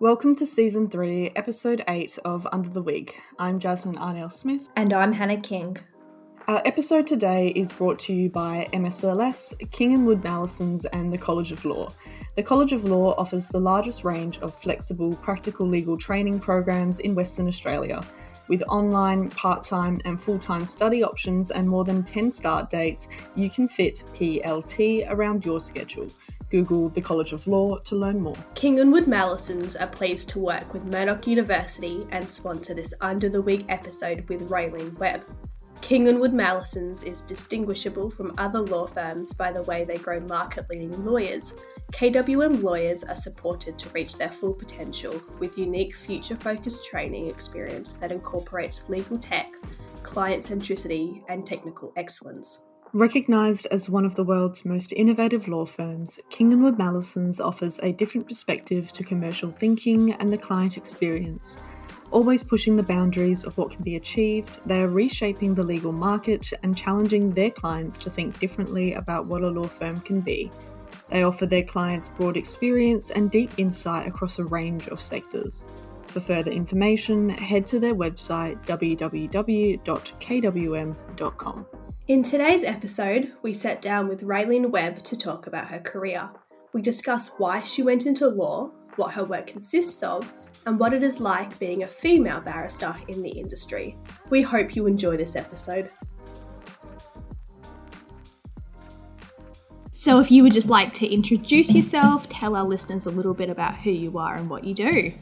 Welcome to season three, episode eight of Under the Wig. I'm Jasmine Arnell Smith. And I'm Hannah King. Our episode today is brought to you by MSLS, King and Wood Mallisons, and the College of Law. The College of Law offers the largest range of flexible, practical legal training programs in Western Australia, with online, part time, and full time study options and more than 10 start dates. You can fit PLT around your schedule. Google the College of Law to learn more. King and Wood Mallisons are pleased to work with Murdoch University and sponsor this Under the Wig episode with Raylene Webb. King and Wood Mallisons is distinguishable from other law firms by the way they grow market leading lawyers. KWM lawyers are supported to reach their full potential with unique future focused training experience that incorporates legal tech, client centricity, and technical excellence. Recognised as one of the world's most innovative law firms, King & Wood Mallisons offers a different perspective to commercial thinking and the client experience. Always pushing the boundaries of what can be achieved, they are reshaping the legal market and challenging their clients to think differently about what a law firm can be. They offer their clients broad experience and deep insight across a range of sectors. For further information, head to their website www.kwm.com. In today's episode, we sat down with Raylene Webb to talk about her career. We discuss why she went into law, what her work consists of, and what it is like being a female barrister in the industry. We hope you enjoy this episode. So, if you would just like to introduce yourself, tell our listeners a little bit about who you are and what you do.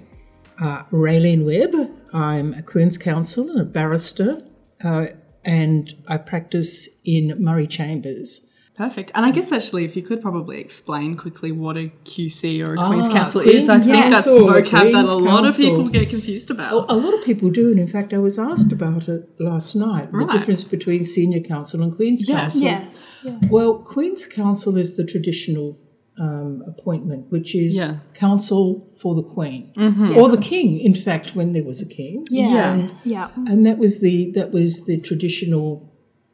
Uh, Raylene Webb. I'm a Queen's Counsel and a barrister. Uh, and I practice in Murray Chambers. Perfect. And I guess actually, if you could probably explain quickly what a QC or a Queen's Ah, Counsel is, Queen's I think that's Counsel, vocab that Queen's Oh, a lot of Counsel. people get confused about. A lot of people do, and in fact, I was asked about it last night Right. the difference between senior counsel and Queen's Yeah. Counsel. Well, Queen's Counsel is the traditional um, appointment, which is Yeah. Mm-hmm. counsel for the Queen or the King, in fact, when there was a King. Yeah. Yeah. Yeah. And that was the that was the traditional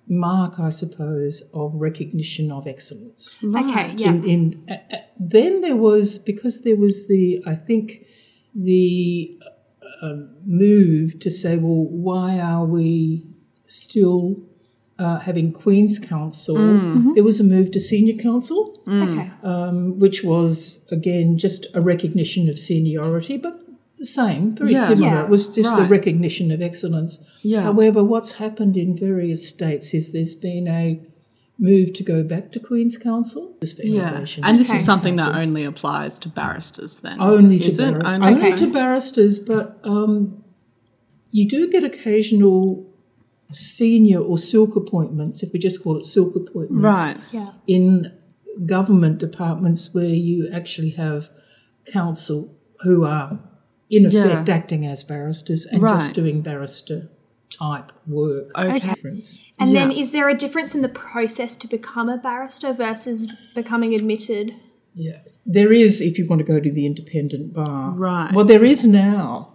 mark, I suppose, of recognition of excellence. Okay. Yeah. in, in uh, uh, then there was because there was the I think the uh, move to say well why are we still uh, having Queen's Counsel there was a move to Senior Counsel Okay. um, which was again just a recognition of seniority but the same very Yeah. similar Yeah, it was just the right. recognition of excellence Yeah. however what's happened in various states is there's been a move to go back to Queen's Council. This Yeah. foundation. And this is Okay. something that only applies to barristers then. only to is it? barri- Only, only okay. to barristers, but um, you do get occasional senior or silk appointments, if we just call it silk appointments, Right. Yeah. in government departments where you actually have counsel who are in effect Yeah. acting as barristers and Right. just doing barrister type work. Okay. Difference. And then Yeah. is there a difference in the process to become a barrister versus becoming admitted? Yes. There is, if you want to go to the independent bar. Right. Well, there is now.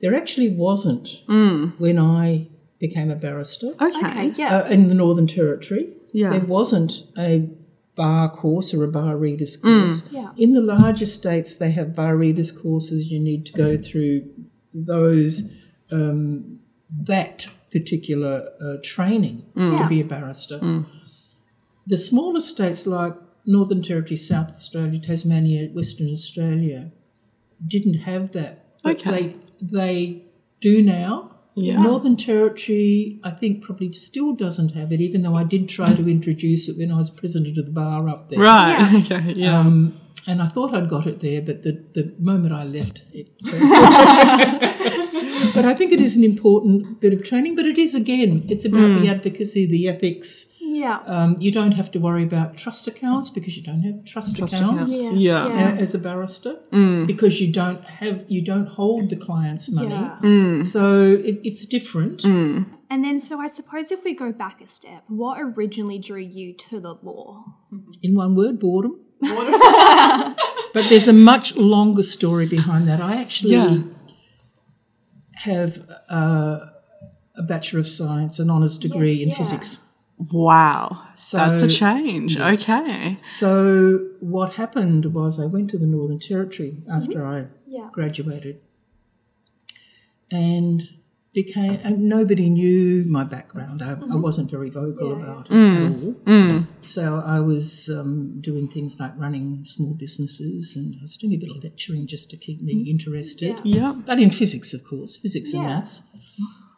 There actually wasn't Mm. when I became a barrister Okay. yeah. uh, in the Northern Territory. Yeah. There wasn't a bar course or a bar readers course. Mm. Yeah. In the larger states, they have bar readers courses. You need to go through those, um, that particular uh, training Mm. Yeah. Mm. to be a barrister. The smaller states like Northern Territory, South Australia, Tasmania, Western Australia didn't have that. But Okay. They, they do now. Yeah. Northern Territory, I think, probably still doesn't have it, even though I did try to introduce it when I was president of the bar up there. Right. Okay. Yeah. Um, and I thought I'd got it there, but the, the moment I left it. but I think it is an important bit of training, but it is, again, it's about Hmm. the advocacy, the ethics, Yeah. uh, um, you don't have to worry about trust accounts because you don't have trust, accounts accounts. Hmm. Yeah. Yeah. uh, as a barrister because you don't have you don't hold the client's money. Yeah. Mm. So it, it's different. And then, so I suppose if we go back a step, what originally drew you to the law? In one word, boredom. but there's a much longer story behind that. I actually Yeah. have a, a Bachelor of Science, an honours degree Yes, in yeah. physics. Wow. So- That's a change. Yes. Okay. So what happened was I went to the Northern Territory after I Yeah. graduated, and became and nobody knew my background. I, I wasn't very vocal about it at all. So I was um, doing things like running small businesses, and I was doing a bit of lecturing just to keep me interested. Yep. But in physics, of course, physics and Yeah. maths.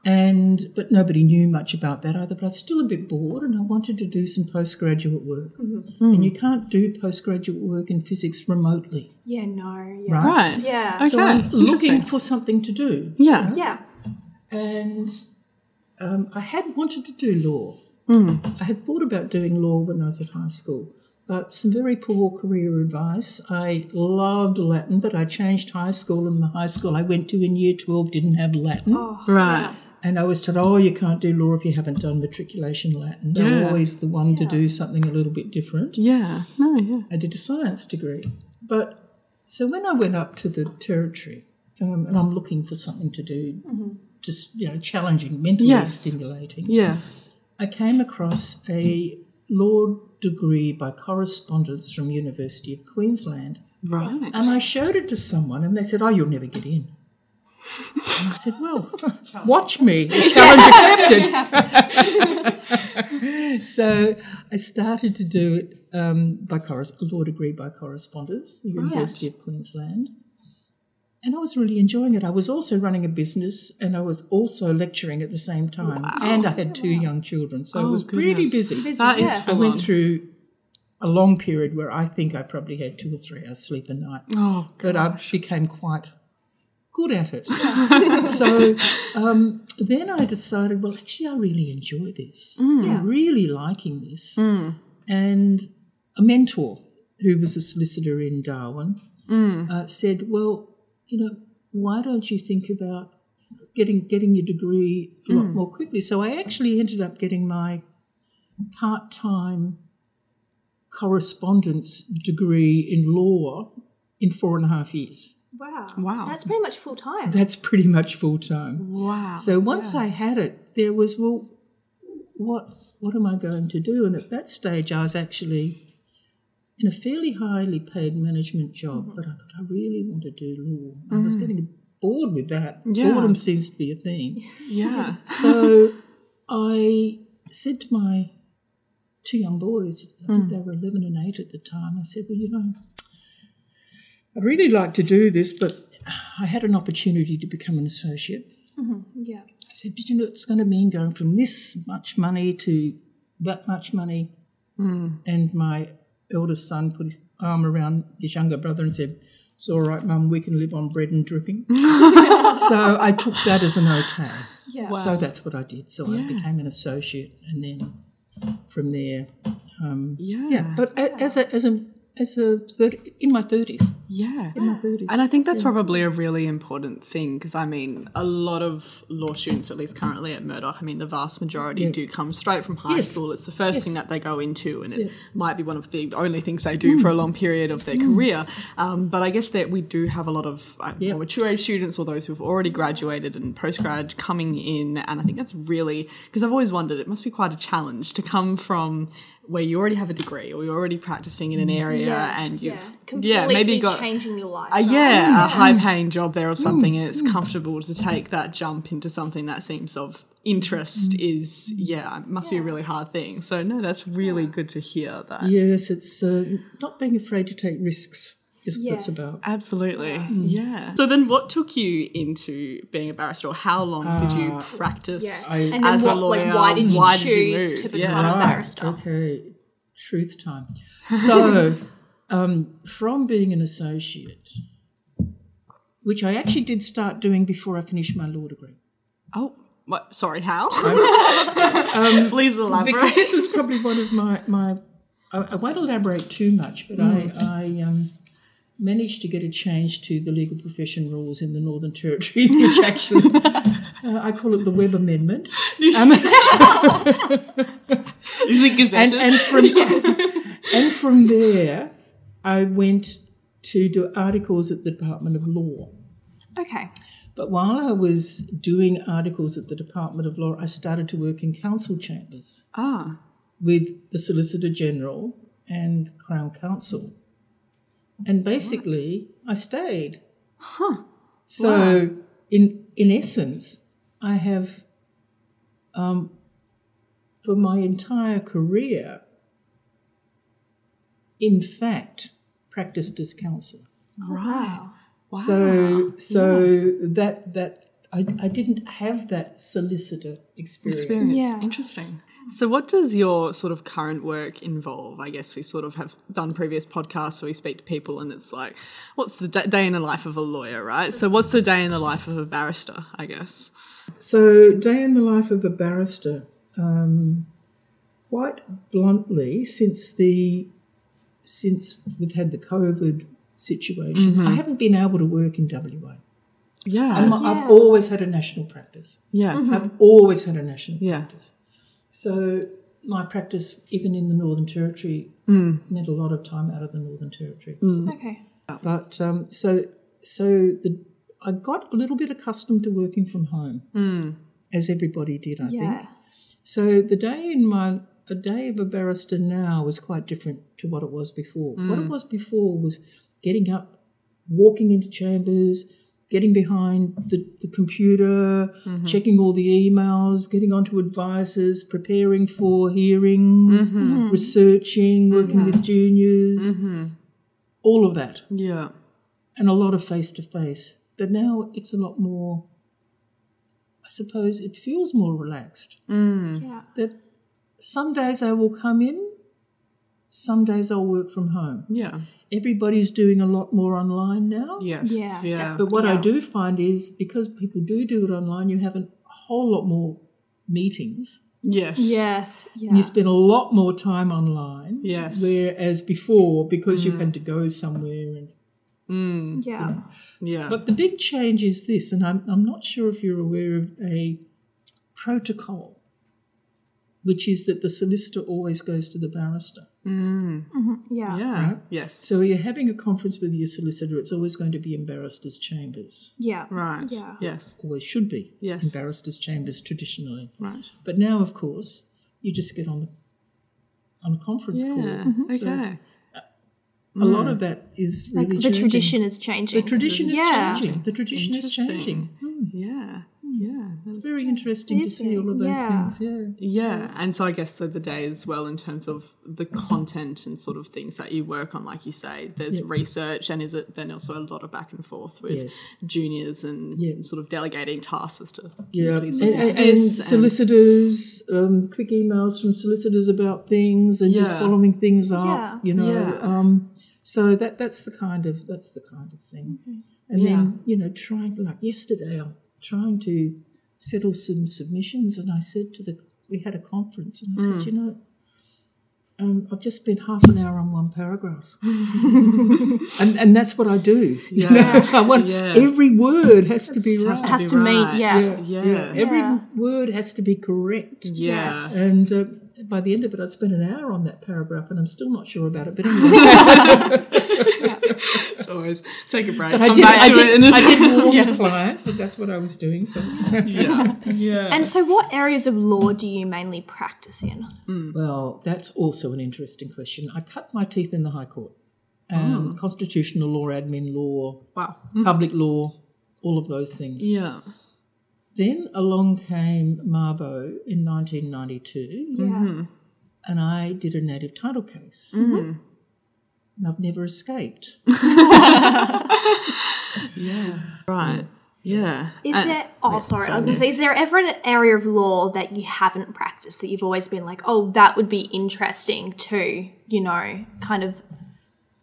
And but nobody knew much about that either. But I was still a bit bored, and I wanted to do some postgraduate work. And you can't do postgraduate work in physics remotely, Yeah, no. Yeah. right? Right. Yeah. Okay. So I'm looking Interesting. for something to do, Yeah. Yeah. and um, I had wanted to do law. Hmm. I had thought about doing law when I was at high school, but some very poor career advice. I loved Latin, but I changed high school, and the high school I went to in year twelve didn't have Latin. Oh. Right. And I was told, oh, you can't do law if you haven't done matriculation Latin. They're Yeah. always the one to do something a little bit different. Yeah. No, yeah. I did a science degree. But so when I went up to the territory, um, and I'm looking for something to do, just, you know, challenging, mentally Yes. stimulating, Yeah. I came across a law degree by correspondence from University of Queensland. Right. And I showed it to someone, and they said, "Oh, you'll never get in." And I said, "Well, watch me. The Challenge accepted." so I started to do it um, by corres- a law degree by correspondence, the University of Queensland, and I was really enjoying it. I was also running a business, and I was also lecturing at the same time, and I had two young children, so Oh, it was pretty goodness. busy. That is yeah. full I went on. through a long period where I think I probably had two or three hours sleep a night Oh, but I became quite good at it. so um, then I decided, well, actually, I really enjoy this. Yeah. I'm really liking this. And a mentor who was a solicitor in Darwin uh, said, well, you know, why don't you think about getting getting your degree a lot more quickly? So I actually ended up getting my part time correspondence degree in law in four and a half years. Wow. Wow. That's pretty much full time. That's pretty much full time. wow. So once I had it, there was well, what what am I going to do? And at that stage, I was actually in a fairly highly paid management job, Mm-hmm. but I thought I really want to do law. I was getting bored with that. Mm. Yeah. Boredom seems to be a theme. yeah. So I said to my two young boys, I think they were 11 and 8 at the time, I said, Well, you know, I'd really like to do this, but I had an opportunity to become an associate. yeah. I said, But you know, it's going to mean going from this much money to that much money. Hmm. And my eldest son put his arm around his younger brother and said, It's all right, mum, we can live on bread and dripping. so I took that as an okay. Yeah. So that's what I did. So I became an associate, and then from there, Yeah. Ah. yeah. But a, as a as a as a 30, in my thirties, Yeah. in my thirties, And I think that's probably a really important thing because I mean, a lot of law students, at least currently at Murdoch, I mean, the vast majority do come straight from high Yes. school. It's the first thing that they go into, and it might be one of the only things they Hmm. do for a long period of their career. Um, but I guess that we do have a lot of uh, more mature age students or those who've already graduated and postgrad coming in, and I think that's really because I've always wondered it must be quite a challenge to come from where you already have a degree or you're already practicing in an Mm. area and you've yeah. completely yeah, maybe got changing your life. uh, right? Oh, yeah, a high paying job there or something, Mm, and it's comfortable to take that jump into something that seems of interest Mm. is, yeah, it must be a really hard thing. So, no, that's really good to hear that. Ah. yes, it's uh, not being afraid to take risks is what Yes. it's about. Absolutely. Mm. Yeah. So, then what took you into being a barrister, or how long did Uh, you practice? Yes. I- and then as a what, lawyer, like, why did you why did you choose move? to Yeah. become a Right, barrister? Ah, Okay, truth time. So, um, from being an associate, which I actually did start doing before I finished my law degree. Oh, what? sorry, how? Please elaborate. um, because this was probably one of my my. I, I won't elaborate too much, but I, I um, managed to get a change to the legal profession rules in the Northern Territory, which actually uh, I call it the Webb Amendment. Um, is it gazetted? and, and from and from there, I went to do articles at the Department of Law. Okay. But while I was doing articles at the Department of Law, I started to work in council chambers. ah, with the Solicitor General and Crown Council. And basically, I stayed. Huh. So, in in essence, I have, um, for my entire career, in fact, practiced as counsel. Right. Wow. So, so that that I, I didn't have that solicitor experience. experience. Yeah. Interesting. So, what does your sort of current work involve? I guess we sort of have done previous podcasts where we speak to people, and it's like, what's the da- day in the life of a lawyer, right? So, what's the day in the life of a barrister? I guess. So, day in the life of a barrister. Um, quite bluntly, since the since we've had the COVID situation, Mm-hmm. I haven't been able to work in WA. Oh, Yeah. I'm, I've always had a national practice. yes. I've always had a national Yeah. practice. So my practice, even in the Northern Territory, Mm. meant a lot of time out of the Northern Territory. Okay. But um, so so the I got a little bit accustomed to working from home, as everybody did, I Yeah. think. So the day in my a day of a barrister now was quite different to what it was before. What it was before was getting up, walking into chambers, getting behind the, the computer, checking all the emails, getting onto advisors, preparing for hearings, researching, working with juniors, all of that Yeah. and a lot of face to face. But now it's a lot more, I suppose it feels more relaxed. Yeah. That some days I will come in, some days I'll work from home. Yeah. Everybody's doing a lot more online now. Yes. Yeah, Yeah. But what I do find is because people do do it online, you have a whole lot more meetings. Yes. Yes. Yeah. You spend a lot more time online. Yes. Whereas before, because you had to go somewhere and yeah. Yeah. But the big change is this, and I'm, I'm not sure if you're aware of a protocol, which is that the solicitor always goes to the barrister. Yeah. Yeah. yeah. Yes. So you're having a conference with your solicitor, it's always going to be in barrister's chambers. right. Yeah. Yes. Always should be Yes. in barrister's chambers traditionally. Right. But now, of course, you just get on the on a conference Yeah. Mm-hmm. call. Okay. Mm-hmm. So a lot of that is Like really the changing. tradition is changing. The tradition is Yeah. changing. The tradition is Interesting. changing. Hmm. yeah. Yeah. That's- It's very interesting It to is see very- all of those yeah. things. Yeah. Yeah, and so I guess so the day as well in terms of the content and sort of things that you work on, like you say, there's research and is it then also a lot of back and forth with Yes. juniors and Yeah. sort of delegating tasks as to Yeah, these and, things. and- and This solicitors, um, quick emails from solicitors about things, and just Yeah. following things up. Yeah. You know, Yeah. um, so that that's the kind of that's the kind of thing. And then you know, trying like yesterday, I'm trying to settle some submissions, and I said to the we had a conference, and I said, Hmm. you know. Um, I've just spent half an hour on one paragraph, and, and that's what I do. You know, Yeah. I want- Yeah. every word has to be has right. to Has be to meet. right. Yeah. Yeah, Yeah. yeah. Every Yeah. word has to be correct. Yeah. Yes. And uh, by the end of it, I'd spent an hour on that paragraph, and I'm still not sure about it. But anyway, It's always take a break. but I come did. back I to it did, and then- I did warn the client that that's what I was doing. So, yeah. Yeah. And so, what areas of law do you mainly practice in? well, that's also an interesting question. I cut my teeth in the High Court, um, constitutional law, admin law, wow. public law, all of those things. Yeah. Then along came Marbo in 1992. Yeah. and I did a native title case. Mm-hmm. And I've never escaped. Right. Yeah. Is there? Oh, sorry. I was going to say, is there ever an area of law that you haven't practiced that you've always been like, oh, that would be interesting to, you know, kind of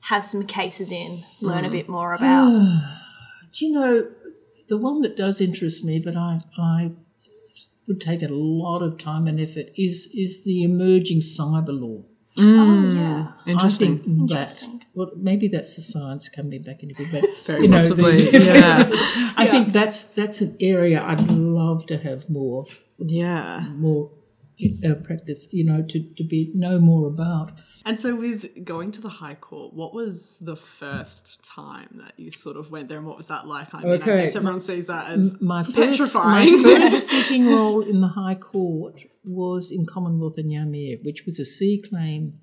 have some cases in, learn a bit more about? Do you know, the one that does interest me, but I, I would take a lot of time and effort, is, is the emerging cyber law. oh, yeah. Interesting. I think that, well, maybe that's the science coming back into it, but Very you know, the- possibly. yeah. I think that's that's an area I'd love to have more Yeah. more uh, practice, you know, to, to be know more about. And so, with going to the High Court, what was the first time that you sort of went there, and what was that like? I mean, Okay. I guess everyone sees that as my first, my petrifying. first speaking role in the High Court was in Commonwealth of Nyamir, which was a sea claim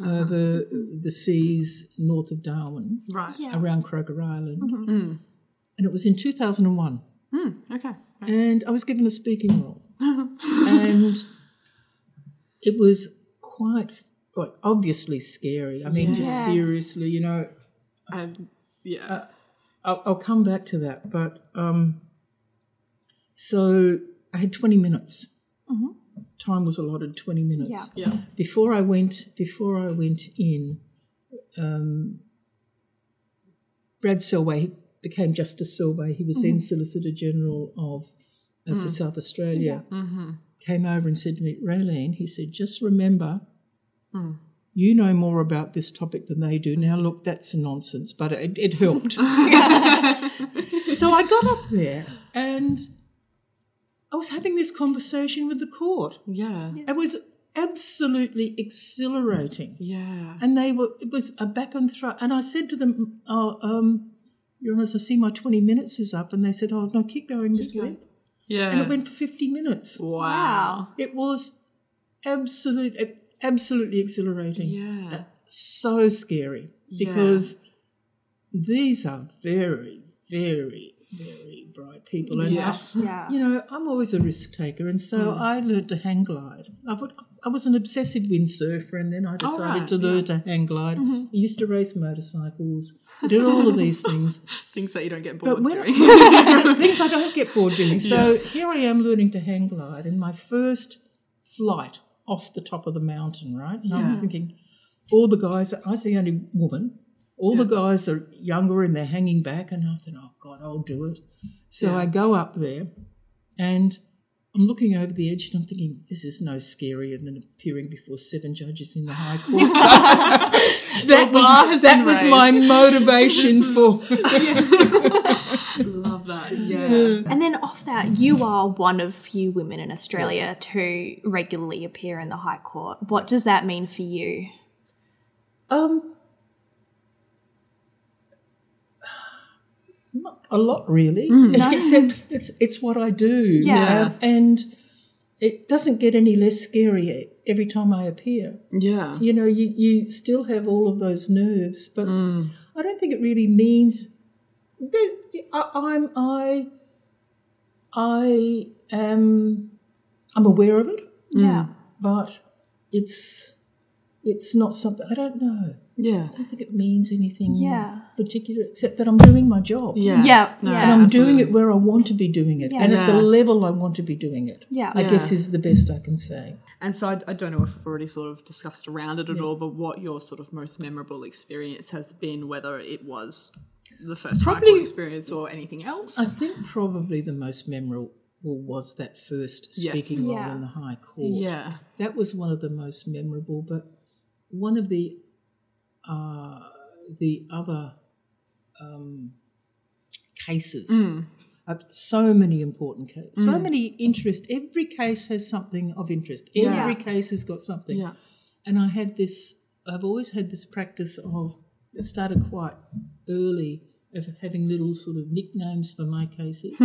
over the seas north of Darwin, right. around Kroger Island. And it was in 2001. Okay. And I was given a speaking role. and it was quite well, obviously scary. I mean, just Yes. seriously, you know, And yeah. I'll, I'll come back to that. But um, so I had 20 minutes. Time was allotted 20 minutes. Yeah. Before I went, before I went in, um, Brad Selway became Justice Selway. He was then Solicitor General of, of the South Australia. Came over and said to me, Raylene, he said, just remember you know more about this topic than they do. Now, look, that's nonsense, but it, it helped. so I got up there and I was having this conversation with the court. Yeah. It was absolutely exhilarating. Yeah. And they were, it was a back and throw. And I said to them, oh, um, Your Honour, I see my 20 minutes is up. And they said, Oh, no, keep going this week. Yeah. And it went for 50 minutes. wow. It was absolute, absolutely exhilarating Yeah. so scary because these are very, very, very bright people. And Yes. Yeah. you know, I'm always a risk taker, and so I learned to hang glide. I, would, I was an obsessive windsurfer, and then I decided right, to learn to hang glide. I used to race motorcycles, I did all of these things, Things that you don't get bored when- doing. things I don't get bored doing. So here I am learning to hang glide, and my first flight off the top of the mountain, right? And I'm thinking, all the guys, I was the only woman, all the guys are younger and they're hanging back, and I thought, oh God, I'll do it. So I go up there and I'm looking over the edge and I'm thinking, this is no scarier than appearing before seven judges in the High Court. So that bar was, has that been was my raised. motivation for. Love that. Yeah. And then off that, you are one of few women in Australia to regularly appear in the High Court. What does that mean for you? Um, not a lot really, except it's it's what I do. Yeah. Um, and it doesn't get any less scary every time I appear. Yeah. You know, you you still have all of those nerves, but I don't think it really means. That I, I'm I I am I'm aware of it, Yeah. but it's it's not something I don't know. Yeah. I don't think it means anything Yeah. particular except that I'm doing my job. Yeah. Yeah, No, yeah. And I'm doing absolutely. it where I want to be doing it Yeah. and at the Yeah. level I want to be doing it. Yeah. I guess Yeah. is the best I can say. And so I, I don't know if we've already sort of discussed around it at all, but what your sort of most memorable experience has been, whether it was the first Probably- Probably, experience or anything else. I think probably the most memorable was that first Yes. speaking role Yeah. in the High Court. yeah. That was one of the most memorable, but one of the uh, the other um, cases. Uh, so many important cases. So many interest. Every case has something of interest. Every case has got something. Yeah. And I had this. I've always had this practice of it started quite early of having little sort of nicknames for my cases,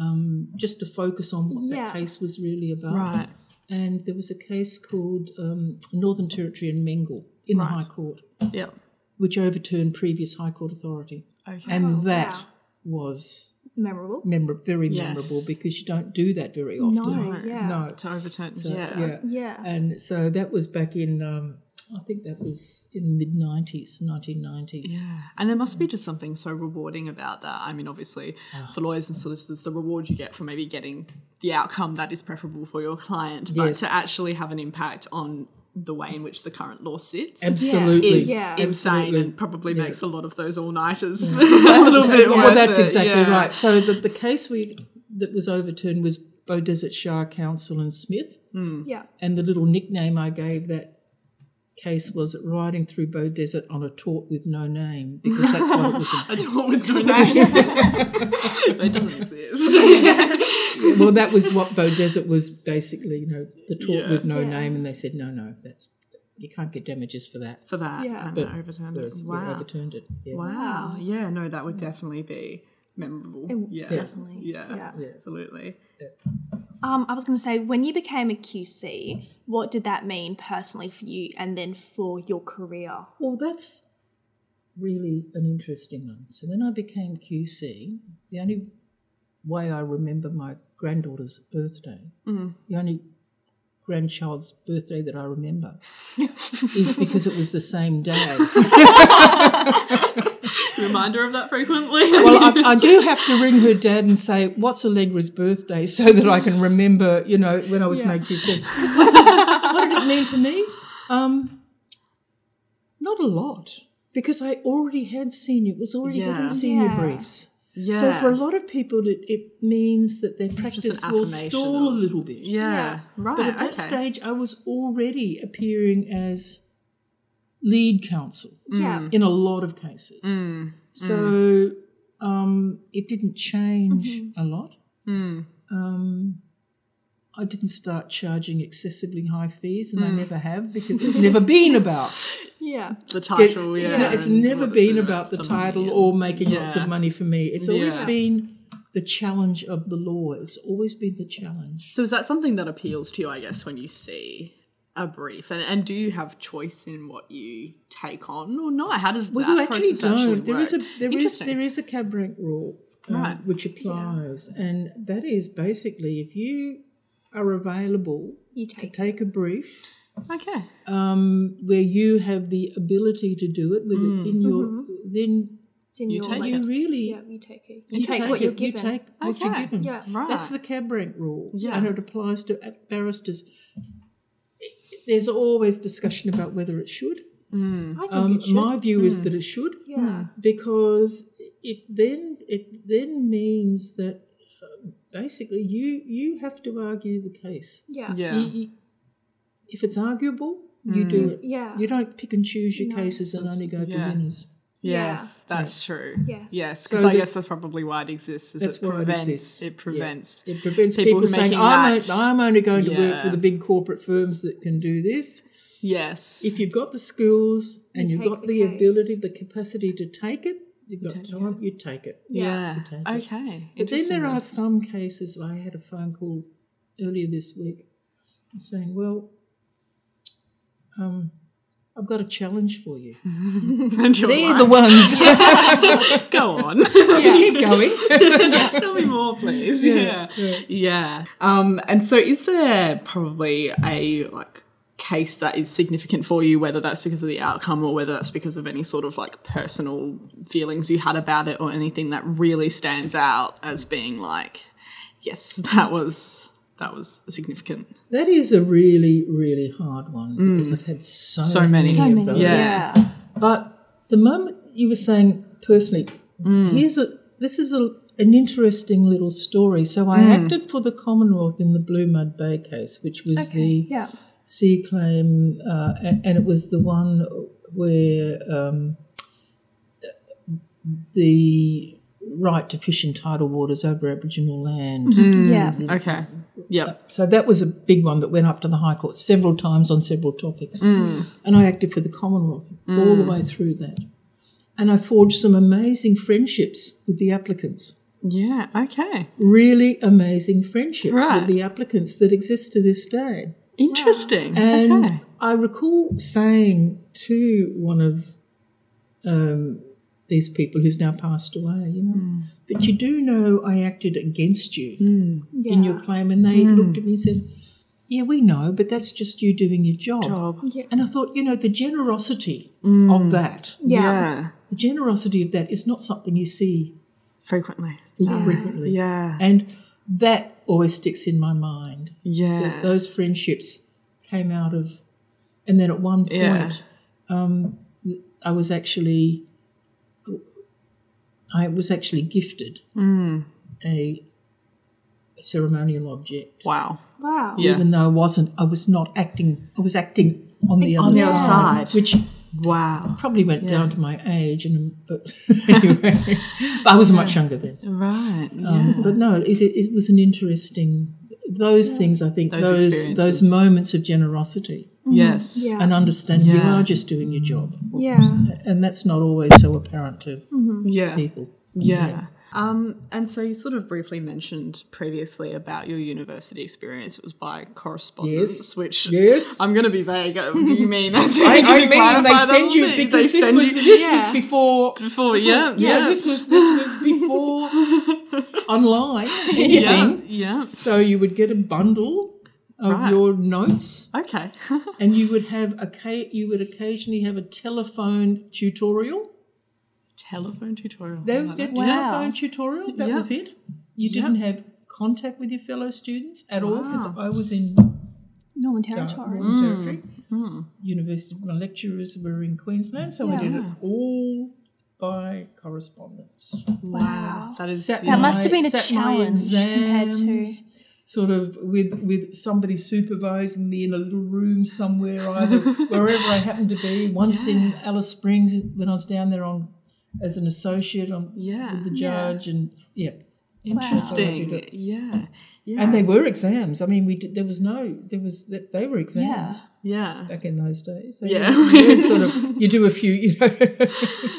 um, just to focus on what Yeah. that case was really about Right. and there was a case called um, Northern Territory and Mengle in the High Court, Yeah. which overturned previous High Court authority, Okay. Oh, and that was memorable. memor- very Yes. memorable because you don't do that very No, often. yeah. no. to overturn. So, yeah. yeah. yeah, Yeah. and so that was back in. Um, I think that was in the mid nineties, nineteen nineties. Yeah. And there must be just something so rewarding about that. I mean, obviously, Ah. for lawyers and solicitors, the reward you get for maybe getting the outcome that is preferable for your client, but Yes. to actually have an impact on the way in which the current law sits. Absolutely, is Yeah. insane Absolutely. and probably Yeah. makes a lot of those all nighters a little bit. Well, worth that's it, exactly yeah. right. So the, the case we that was overturned was Bow Desert Shire Council and Smith. Yeah. And the little nickname I gave that case was riding through Bow Desert on a tort with no name because that's what it was. I don't want to do that. it doesn't exist. well, that was what Bow Desert was basically, you know, the talk Yeah. with no Yeah. name, and they said, no, no, that's you can't get damages for that. for that. Yeah. and But it overturned it. Whereas we Wow. overturned Mm. it. Yeah. Wow. Yeah, no, that would definitely be memorable. It- yeah. definitely, Yeah. yeah. Yeah. Absolutely. Um, I was going to say, when you became a QC, what did that mean personally for you and then for your career? Well, that's really an interesting one. So then I became QC. The only way I remember my granddaughter's birthday, Mm-hmm. the only grandchild's birthday that I remember, is because it was the same day. Reminder of that frequently. Well, I, I do have to ring her dad and say, "What's Allegra's birthday?" so that I can remember. You know, when I was made QC. what did it mean for me? Um, not a lot, because I already had senior was already Yeah. given senior Yeah. briefs. yeah. So for a lot of people, it, it means that their practice an will affirmation stall of- a little bit. yeah. Right. But at that okay. stage, I was already appearing as lead counsel Yeah. in a lot of cases. Mm, So Um, it didn't change Mm-hmm. a lot. Mm. Um, I didn't start charging excessively high fees, and I Mm. never have because it's never been about. Yeah. the title, It- yeah. no, it's and never what been the- about the, money title and- or making lots Yeah. of money for me. It's always Yeah. been the challenge of the law. It's always been the challenge. So is that something that appeals to you, I guess, when you see a brief? And and do you have choice in what you take on or not? How does Well, that you actually process actually don't. There is work? a there is Interesting. there is a cab rank rule um, Right. which applies, and that is basically if you are available You to take take a brief Okay. um, where you have the ability to do it with it in your then It's in You your Mm. Mm-hmm. take like, you really Yeah, you take it. You, take, what it- you're given. You take what you're Okay. given. Yeah. Right. That's the cab rank rule, Yeah. and it applies to uh, barristers. There's always discussion about whether it should. I think Um, it should. Hmm. my view is that it should, Yeah. because it then it then means that um, basically you you have to argue the case. yeah. Hmm. yeah. You- you- if it's arguable, you do it. Yeah. You don't pick and choose your No. cases and only go yeah. for winners. Yeah. Yes, that's true. Yes. Yes, So because I that- guess that's probably why it exists. Is That's it why it prevents exists. it, prevents. It prevents People people, who are saying, making I'm, that- o- I'm only going to work for Yeah. the big corporate firms that can do this. Yes. If you've got the skills and You you've take got the the, case. ability, the capacity to take it, you've got time, you take it. yeah. you take it. Okay. But then Interesting. there are some cases, I had a phone call earlier this week saying, Well, um, I've got a challenge for you. And you're They're like, the ones. Go on. Keep going. Tell me more, please. Yeah. Yeah. Um, and so is there probably a like case that is significant for you, whether that's because of the outcome or whether that's because of any sort of like personal feelings you had about it or anything that really stands out as being like, yes, that was that was significant. That is a really, really hard one because I've had so, Mm. So many. so of many. those. Yeah. Yeah. But the moment you were saying personally, Mm. here's a this is a, an interesting little story. So I Mm. acted for the Commonwealth in the Blue Mud Bay case, which was the Yeah. sea claim, uh, and, and it was the one where um, the right to fish in tidal waters over Aboriginal land. Mm-hmm. Yeah. Okay. Yeah. So that was a big one that went up to the High Court several times on several topics. And I acted for the Commonwealth all the way through that. And I forged some amazing friendships with the applicants. Yeah. Okay. Really amazing friendships Right. with the applicants that exist to this day. Interesting. And okay. I recall saying to one of um, these people who's now passed away, you know, Hmm. but you do know I acted against you in Hmm. your claim. And they looked at me and said, yeah, we know, but that's just you doing your job. Job. Hmm. And I thought, you know, the generosity of that, Yeah. yeah. the generosity of that is not something you see Frequently. frequently. Yeah. And that always sticks in my mind Yeah. that those friendships came out of. And then at one point, Yeah. um, I was actually, I was actually gifted Hmm. a, a ceremonial object, Wow. Wow. Yeah. even though I wasn't. I was not acting. I was acting on the other the side, other side. which Wow. Probably went down to my age, and but anyway, but I was much younger then. Right. Um, But no, it, it it was an interesting. Those things, I think, Those those experiences. those moments of generosity Mm-hmm. yes. Yeah. and understanding you Yeah. are just doing your job, Yeah. and that's not always so apparent to Yeah. people. Yeah. Um, and so you sort of briefly mentioned previously about your university experience. It was by correspondence, Yes. which Yes. I'm going to be vague. Uh, Do you mean? I, I mean, they send you because this was this was yeah. before. before, yeah, Yeah, yeah, this was this was before online anything. yeah, yeah. So you would get a bundle of Right. your notes, Okay, and you would have a ca- you would occasionally have a telephone tutorial. telephone tutorial. They I love did it. telephone tutorial. That Yeah. was it. You didn't have contact with your fellow students at all because Wow. I was in Northern Territory. Northern Territory. Mm. University, my lecturers were in Queensland, so I did it all by correspondence. Wow, that is Sat That must have my- been a sat my challenge compared to- exams, Sort of with, with somebody supervising me in a little room somewhere, either wherever I happened to be. Once in Alice Springs, when I was down there on as an associate on Yeah. with the judge, and yeah, interesting. Wow. Yeah, yeah, and they were exams. I mean, we did, there was no there was they were exams yeah. back in those days. They Yeah. were- they were sort of you do a few, you know.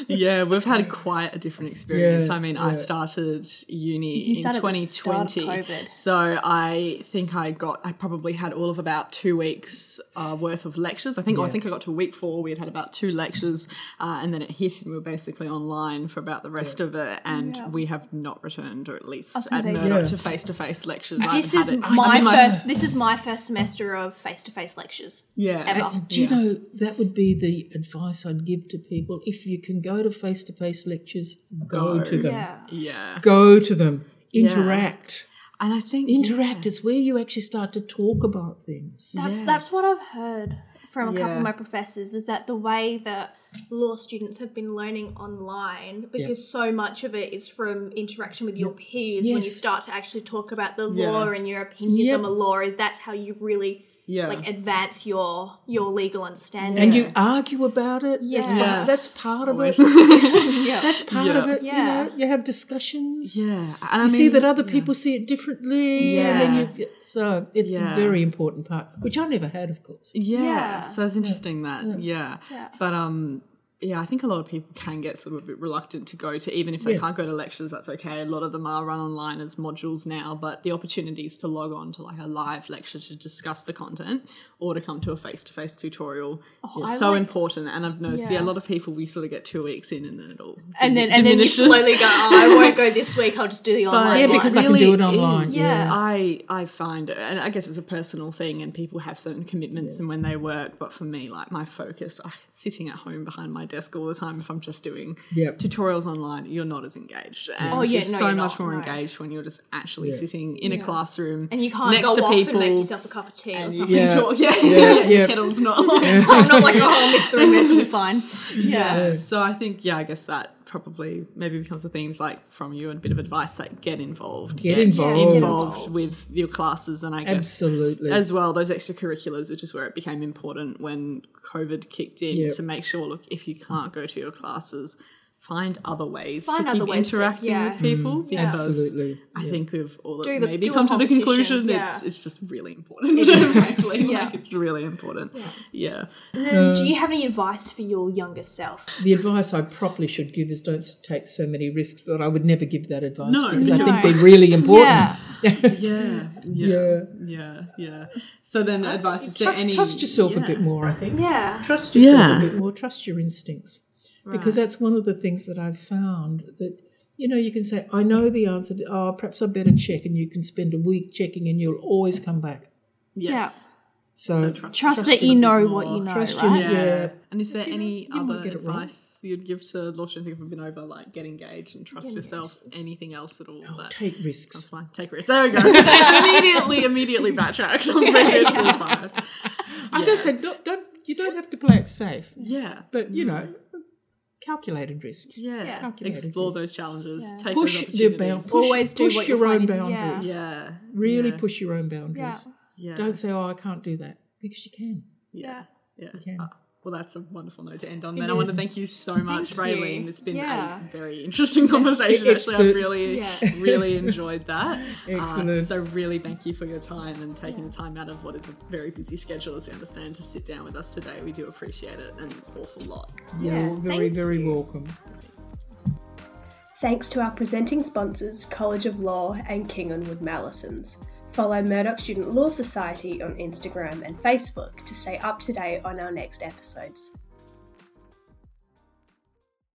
yeah, we've had quite a different experience. Yeah, I mean, I started uni You in started at the start of 2020. COVID. So I think I got, I probably had all of about two weeks uh, worth of lectures. I think, I think I got to week four. We had had about two lectures, uh, and then it hit, and we were basically online for about the rest of it. And we have not returned, or at least gonna at say- Murdoch Yeah. to face to face lectures. I This is haven't had it. my I mean, first. This is my first semester of face-to-face lectures. Yeah. ever. Oh, Do you know that would be the advice I'd give to people? If you can go to face to face lectures, go, Go. to them. Yeah. Yeah. Go to them. Interact. And I think. Interact is where you actually start to talk about things. That's Yeah. that's what I've heard from a couple Yeah. of my professors is that the way that law students have been learning online because so much of it is from interaction with your peers when you Yes. start to actually talk about the Yeah. law and your opinions Yep. on the law is that's how you really Yeah. like advance your your legal understanding And you argue about it. That's, part, Yes. that's part of Always. it. That's part of Yeah. it. Yeah. You know, you have discussions. Yeah. And I You mean, see that other people see it differently. And then Yeah. you, so it's Yeah. a very important part, which I never had, of course. Yeah. Yeah. Mm. So it's interesting that. Yeah. But um yeah, I think a lot of people can get sort of a bit reluctant to go to even if they Yeah. can't go to lectures, that's okay. A lot of them are run online as modules now, but the opportunities to log on to like a live lecture to discuss the content or to come to a face to face tutorial is so important. And I've noticed yeah. Oh, Yeah. a lot of people we sort of get two weeks in and then it all and then and then you diminishes. slowly go oh, I won't go this week I'll just do the online Yeah, one." because I can do it online. Yeah. I I find it, and I guess it's a personal thing, and people have certain commitments and when they work. But for me, like my focus, I, sitting at home behind my desk all the time, if I'm just doing Yep. tutorials online, you're not as engaged. And Oh, yeah, you're no, so you're much not, more no. engaged when you're just actually sitting in a classroom and you can't next go to off people. and make yourself a cup of tea or something yeah. Yeah. yeah, Yeah, yeah. kettle's not on. I'm not like oh I'll miss three minutes will be fine Yeah. Um, So I think, yeah, I guess that probably maybe becomes a theme. It's like from you and a bit of advice, like get involved, Get involved. involved, involved. with your classes, and I guess Absolutely. as well those extracurriculars, which is where it became important when COVID kicked in Yep. to make sure, look, if you can't go to your classes, find other ways Find to other keep ways to- interacting yeah. with people. because Mm-hmm. Absolutely. I think we've all Do the- maybe do a come to the competition, conclusion yeah. it's it's just really important. frankly, Yeah. like it's really important. yeah. And then, do you have any advice for your younger self the advice I probably should give is don't take so many risks, but I would never give that advice No, because I no. think they're really important. yeah yeah, yeah, yeah, yeah. So then, advice is there Uh, Trust, any trust yourself a yeah. bit more, I think. yeah Trust yourself Yeah. a bit more, trust your instincts. Because that's one of the things that I've found that, you know, you can say, I know the answer, to, oh, perhaps I better check, and you can spend a week checking and you'll always come back. Yes. So, trust that you know what you know, trust right? your, Yeah. yeah. And is there any might other get it wrong. advice you'd give to law students who've been over, like get engaged and trust yourself? Anything else at all? that- Oh, Take risks. That's fine. Take risks. There we go. immediately, immediately backtracks on previous advice. I don't say, don't, don't, you don't have to play it safe, Yeah. but, Mm. you know, calculated risks. Yeah. Calculated Explore risk. those challenges. Take push those their opportunities. boundaries. Always do push what you your own find- yeah. boundaries. Yeah. Really Yeah. push your own boundaries. Yeah. Don't say, "Oh, I can't do that," because you can. Yeah. Yeah. You can. Uh, Well, that's a wonderful note to end on. Then I want to thank you so much, Thank you. Raylene. It's been Yeah. a very interesting conversation. it's Actually, a- I've really, Yeah. really enjoyed that. Uh, Excellent. so really, thank you for your time and taking the time out of what is a very busy schedule, as we understand, to sit down with us today. We do appreciate it an awful lot. Yeah, You're very, thank very you. welcome. Thanks to our presenting sponsors, College of Law and King and Wood Mallisons. Follow Murdoch Student Law Society on Instagram and Facebook to stay up to date on our next episodes.